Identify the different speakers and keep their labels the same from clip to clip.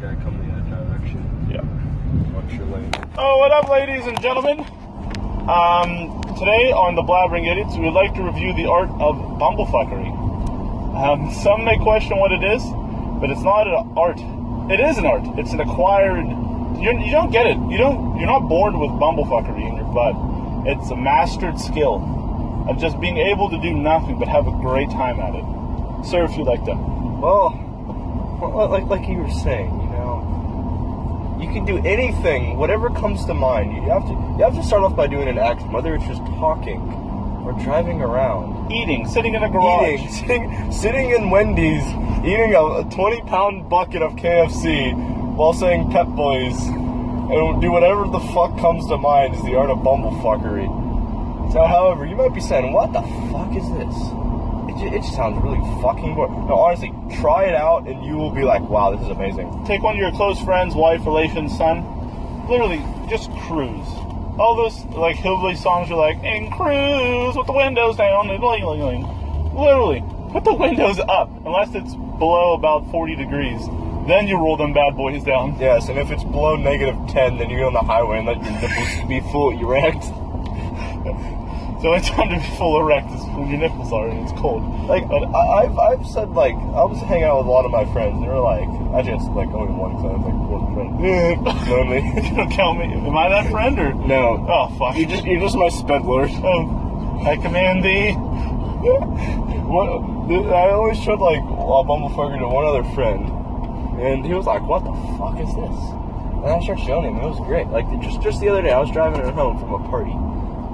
Speaker 1: guy coming in that direction.
Speaker 2: Yeah.
Speaker 1: Watch your lane.
Speaker 2: Oh, what up, ladies and gentlemen? Um, today on the Blabbering Idiots, we would like to review the art of bumblefuckery. Um, some may question what it is, but it's not an art. It is an art. It's an acquired. You're, you don't get it. You don't. You're not born with bumblefuckery in your blood. It's a mastered skill of just being able to do nothing but have a great time at it. Sir, if you like to.
Speaker 1: Well, well, like like you were saying, you know, you can do anything, whatever comes to mind. You have to you have to start off by doing an action, whether it's just talking or driving around,
Speaker 2: Eating, sitting in a garage.
Speaker 1: eating, sitting sitting in Wendy's, eating a, a twenty pound bucket of KFC while saying Pep Boys, and do whatever the fuck comes to mind is the art of bumblefuckery. So, however, you might be saying, "What the fuck is this?" It, ju- it just sounds really fucking boring. No, honestly, try it out, and you will be like, "Wow, this is amazing."
Speaker 2: take one of your close friends, wife, relations, son. Literally, just cruise. All those like hillbilly songs are like, and cruise with the windows down. and bling, bling, bling." Literally, put the windows up unless it's below about 40 degrees. Then you roll them bad boys down.
Speaker 1: Yes, and if it's below negative 10, then you get on the highway and let your nipples be full erect.
Speaker 2: So it's time to be full erect is when your nipples are and it's cold.
Speaker 1: Like, I, I've, I've said, like, I was hanging out with a lot of my friends, and they were like, I just, like, only one time, like, one friend. Lonely.
Speaker 2: you don't count me. Am I that friend or?
Speaker 1: No.
Speaker 2: Oh fuck.
Speaker 1: You're just, you're just my sped lord.
Speaker 2: Um, I command thee.
Speaker 1: What, th- I always showed, like, a bumblefucker to one other friend, and he was like, what the fuck is this? And I started showing him, and it was great. Like, just, just the other day, I was driving her home from a party,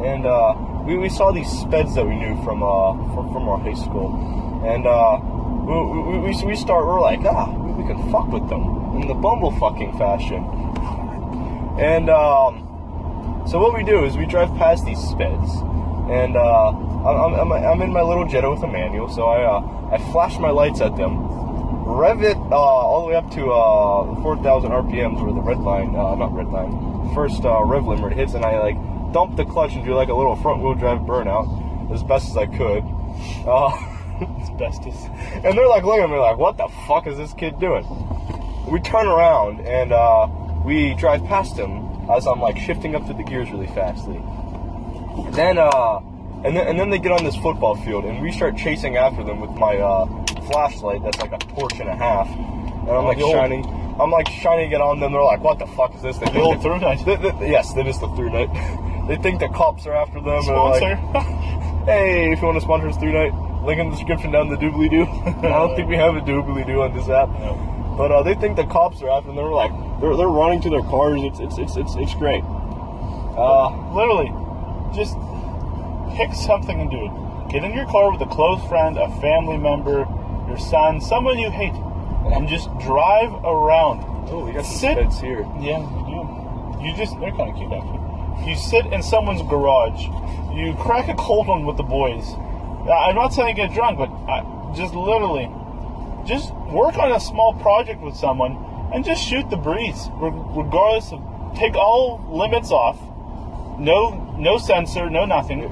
Speaker 1: and, uh, we, we saw these speds that we knew from, uh, from, from our high school, and, uh, we, we, we, we start, we're like, ah, we we can fuck with them in the bumblefucking fashion. And, um, so what we do is we drive past these speds, and uh, I'm, I'm, I'm in my little Jetta with a manual, so I uh, I flash my lights at them, rev it uh, all the way up to uh, 4,000 RPMs, where the red line, uh, not red line, first uh, rev limiter hits, and I like dump the clutch and do like a little front wheel drive burnout as best as I could. Uh,
Speaker 2: It's bestest.
Speaker 1: and they're like looking at me like, what the fuck is this kid doing? We turn around and uh, we drive past him as I'm like shifting up to the gears really fastly. Then uh, and then and then they get on this football field and we start chasing after them with my uh, flashlight that's like a torch and a half, and I'm like
Speaker 2: Oh, the old-
Speaker 1: shining. I'm like shining it on them. They're like, "What the fuck is this?" They
Speaker 2: The old through night.
Speaker 1: Th- th- yes, that is the through night. they think the cops are after them. and they're like-
Speaker 2: Sponsor.
Speaker 1: hey, if you want to sponsor us through night, link in the description down the doobly doo. I don't think we have a doobly doo on this app.
Speaker 2: No.
Speaker 1: But uh, they think the cops are after them. They're like, they're, they're running to their cars. It's it's it's it's, it's great. Uh,
Speaker 2: Literally, just pick something and do it. Get in your car with a close friend, a family member, your son, someone you hate, and just drive around.
Speaker 1: oh, we got some
Speaker 2: Sit-
Speaker 1: speds here.
Speaker 2: Yeah, you do. You just, they're kind of cute actually. You sit in someone's garage, you crack a cold one with the boys. Uh, I'm not saying get drunk, but I, just literally, just work on a small project with someone and just shoot the breeze, re- regardless of, take all limits off. No, no sensor, no nothing.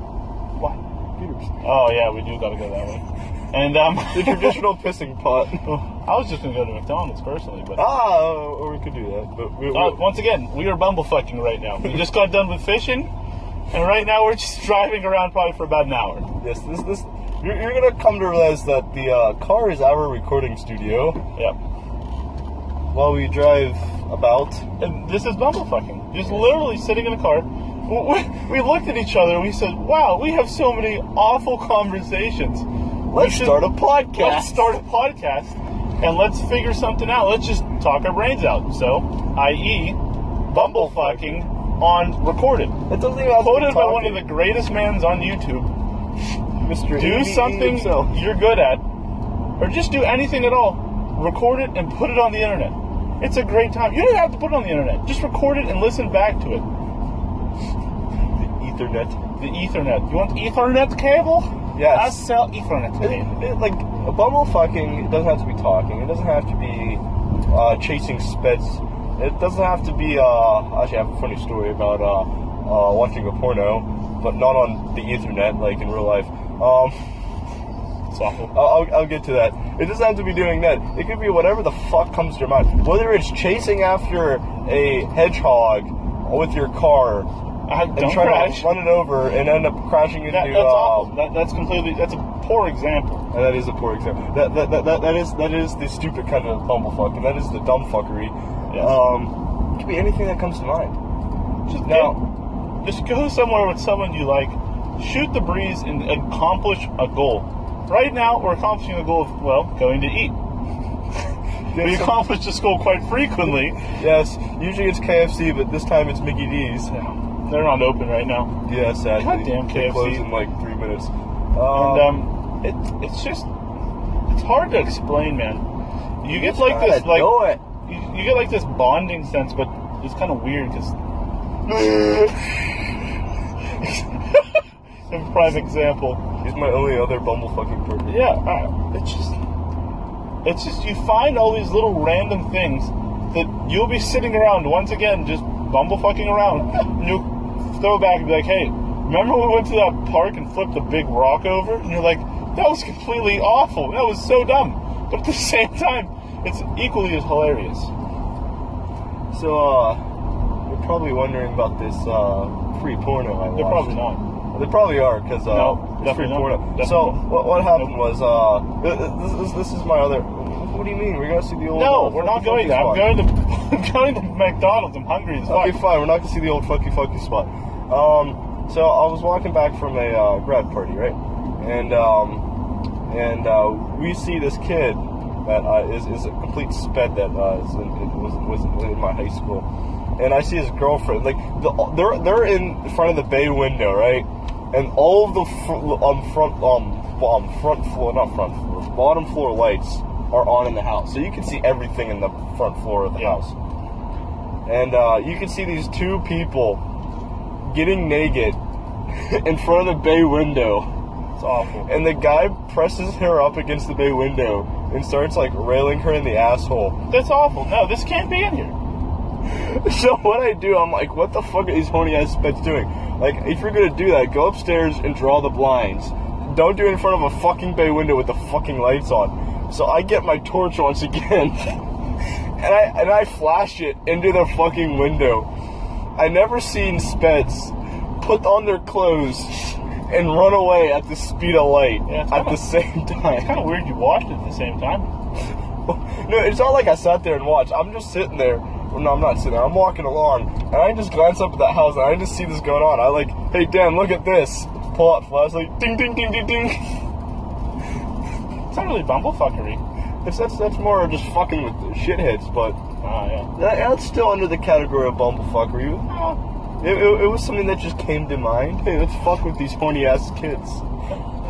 Speaker 2: What?
Speaker 1: Peters.
Speaker 2: Oh yeah, we do gotta go that way. And um,
Speaker 1: The traditional pissing pot.
Speaker 2: I was just gonna go to McDonald's personally, but
Speaker 1: Ah, or we could do that. But we, we,
Speaker 2: uh, once again, we are bumblefucking right now. We just got done with fishing, and right now we're just driving around probably for about an hour.
Speaker 1: yes, this this you're, you're gonna come to realize that the uh, car is our recording studio
Speaker 2: Yep.
Speaker 1: while we drive about.
Speaker 2: And this is bumblefucking. Just literally sitting in a car. We, we looked at each other and we said, "Wow, we have so many awful conversations.
Speaker 1: Let's
Speaker 2: should-
Speaker 1: start a podcast.
Speaker 2: Let's start a podcast and let's figure something out. Let's just talk our brains out." So, i.e., bumblefucking on recorded,
Speaker 1: It doesn't even have to be
Speaker 2: quoted by one
Speaker 1: talking.
Speaker 2: of the greatest mans on YouTube.
Speaker 1: Mr.
Speaker 2: do
Speaker 1: ABE
Speaker 2: something
Speaker 1: himself.
Speaker 2: you're good at, or just do anything at all. Record it and put it on the internet. It's a great time. You don't have to put it on the internet. Just record it and listen back to it.
Speaker 1: The Ethernet.
Speaker 2: The Ethernet. You want Ethernet cable?
Speaker 1: Yes.
Speaker 2: I sell Ethernet
Speaker 1: It,
Speaker 2: today.
Speaker 1: it, like bumble fucking it doesn't have to be talking. It doesn't have to be uh, chasing speds. It doesn't have to be. Uh, actually, I have a funny story about uh, uh, watching a porno, but not on the Ethernet, like in real life. Um,
Speaker 2: So,
Speaker 1: I'll, I'll, I'll get to that. It doesn't have to be doing that. It could be whatever the fuck comes to your mind. Whether it's chasing after a hedgehog with your car
Speaker 2: uh,
Speaker 1: and
Speaker 2: don't
Speaker 1: trying
Speaker 2: crash.
Speaker 1: to run it over and end up crashing into
Speaker 2: That, that's
Speaker 1: uh,
Speaker 2: awful. That, that's completely. That's a poor example.
Speaker 1: And Oh, that is a poor example. That that, that, that, that is that is the stupid kind of bumblefuck, and that is the dumb fuckery.
Speaker 2: Yes.
Speaker 1: Um, it could be anything that comes to mind.
Speaker 2: Just
Speaker 1: No.
Speaker 2: get- just go somewhere with someone you like, shoot the breeze, and accomplish a goal. Right now, we're accomplishing a goal of well, going to eat. we
Speaker 1: so-
Speaker 2: accomplish this goal quite frequently.
Speaker 1: Yes, usually it's KFC, but this time it's Mickey D's.
Speaker 2: They're not open right now,
Speaker 1: Yeah, sadly.
Speaker 2: Goddamn
Speaker 1: They close
Speaker 2: KFC.
Speaker 1: in like three minutes.
Speaker 2: and
Speaker 1: Um,
Speaker 2: um, it, it's just it's hard to explain, man. You get like
Speaker 1: gotta
Speaker 2: this, like
Speaker 1: do it.
Speaker 2: you, you get like this bonding sense, but it's kind of weird because. a prime example.
Speaker 1: He's my only other bumblefucking purpose.
Speaker 2: Yeah, uh, it's just, it's just you find all these little random things that you'll be sitting around once again, just bumblefucking around. And you'll throw back and be like, "Hey, remember when we went to that park and flipped the big rock over?" And you're like, "That was completely awful. That was so dumb." But at the same time, it's equally as hilarious.
Speaker 1: So, uh, you're probably wondering about this uh, free porno I
Speaker 2: They're
Speaker 1: watched.
Speaker 2: probably not.
Speaker 1: They probably are because uh,
Speaker 2: No,
Speaker 1: it's free
Speaker 2: definitely not.
Speaker 1: porno.
Speaker 2: Definitely
Speaker 1: So
Speaker 2: not.
Speaker 1: what, what happened was
Speaker 2: Nope.
Speaker 1: uh, th- th- this, this, this is my other. What do you mean? We're gonna see the old?
Speaker 2: No,
Speaker 1: uh,
Speaker 2: we're not
Speaker 1: fucky fucky
Speaker 2: going there. I'm
Speaker 1: spot.
Speaker 2: going to I'm going to McDonald's. I'm hungry as fuck.
Speaker 1: Okay, fine. We're not gonna see the old fucky fucky spot. Um, so I was walking back from a uh, grad party, right? And um, and uh, we see this kid that uh, is is a complete sped that uh, is in, it was was in my high school, and I see his girlfriend. Like the, they're they're in front of the bay window, right? And all of the fr- um front um, um front floor not front floor bottom floor lights are on in the house, so you can see everything in the front floor of the
Speaker 2: Yeah.
Speaker 1: house and uh, you can see these two people getting naked in front of the bay window.
Speaker 2: It's awful.
Speaker 1: And the guy presses her up against the bay window and starts like railing her in the asshole.
Speaker 2: That's awful. No, this can't be in here.
Speaker 1: So what I do, I'm like, what the fuck are these horny ass spets doing? Like, if you're gonna do that, go upstairs and draw the blinds. Don't do it in front of a fucking bay window with the fucking lights on. So I get my torch once again, and I and I flash it into the fucking window. I never seen speds put on their clothes and run away at the speed of light
Speaker 2: Yeah, it's
Speaker 1: at
Speaker 2: kinda-
Speaker 1: the same time.
Speaker 2: It's kind of weird you watched it at the same time.
Speaker 1: No, it's not like I sat there and watched. I'm just sitting there. Well, no, I'm not sitting there. I'm walking along, and I just glance up at that house, and I just see this going on. I like, hey Dan, look at this. Pull out flashlight, ding, ding, ding, ding, ding.
Speaker 2: It's not really bumblefuckery.
Speaker 1: It's, that's that's more just fucking with the shitheads, but
Speaker 2: Ah, yeah.
Speaker 1: that, that's still under the category of bumblefuckery.
Speaker 2: Well,
Speaker 1: It, it, it was something that just came to mind. Hey, let's fuck with these horny ass kids.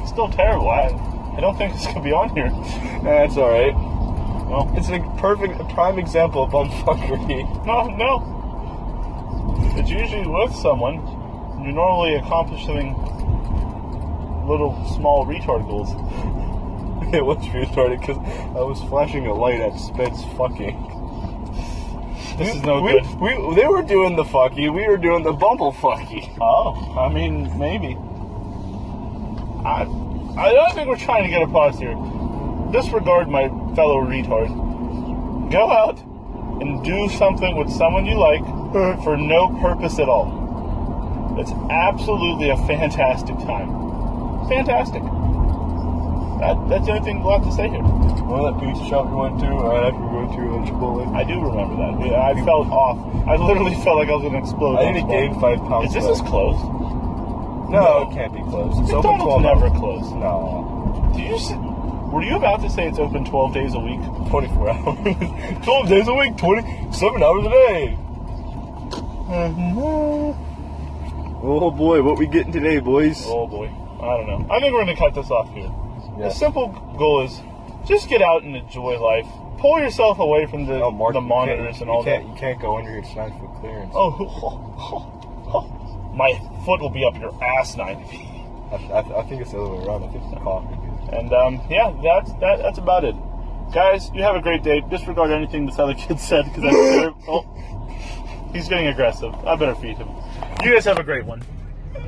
Speaker 2: it's still terrible. I, I don't think this could be on here.
Speaker 1: That's all right.
Speaker 2: Well,
Speaker 1: It's a perfect a prime example of bumblefuckery.
Speaker 2: no, no. It's usually with someone. You normally accomplish something little small retard goals.
Speaker 1: it was retarded because I was flashing a light at Spence fucking.
Speaker 2: This is no
Speaker 1: we,
Speaker 2: good.
Speaker 1: We, they were doing the fucky, we were doing the bumble fucky.
Speaker 2: Oh, I mean, maybe. I, I don't think we're trying to get across here. Disregard my fellow retard. Go out and do something with someone you like for no purpose at all. It's absolutely a fantastic time. Fantastic. That, that's the only thing left to say here.
Speaker 1: Remember that pizza shop you went to right after we went to a Chipotle?
Speaker 2: I do remember that. Yeah, I felt off. I literally felt like I was going to explode.
Speaker 1: I need to gain five pounds.
Speaker 2: Is this
Speaker 1: back.
Speaker 2: as close?
Speaker 1: No, it can't be close. It's open
Speaker 2: McDonald's
Speaker 1: 12
Speaker 2: never
Speaker 1: hours.
Speaker 2: closed.
Speaker 1: No.
Speaker 2: Did you s were you about to say it's open 12 days a week?
Speaker 1: 24 hours. 12 days a week, 27 hours a day. Oh boy, what we getting today, boys?
Speaker 2: Oh boy. I don't know. I think we're going to cut this off here.
Speaker 1: Yeah.
Speaker 2: The simple goal is just get out and enjoy life. Pull yourself away from the,
Speaker 1: Oh, Mark, you
Speaker 2: the
Speaker 1: can't-
Speaker 2: monitors and all
Speaker 1: you
Speaker 2: that.
Speaker 1: can't, You can't go under your snack for clearance.
Speaker 2: Oh, my foot will be up your ass nine.
Speaker 1: I, I, I think it's the other way around. I think it's coffee.
Speaker 2: And um, yeah, that's that, that's about it. Guys, you have a great day. Disregard anything this other kid said because that's terrible. Oh, he's getting aggressive. I better feed him. You guys have a great one.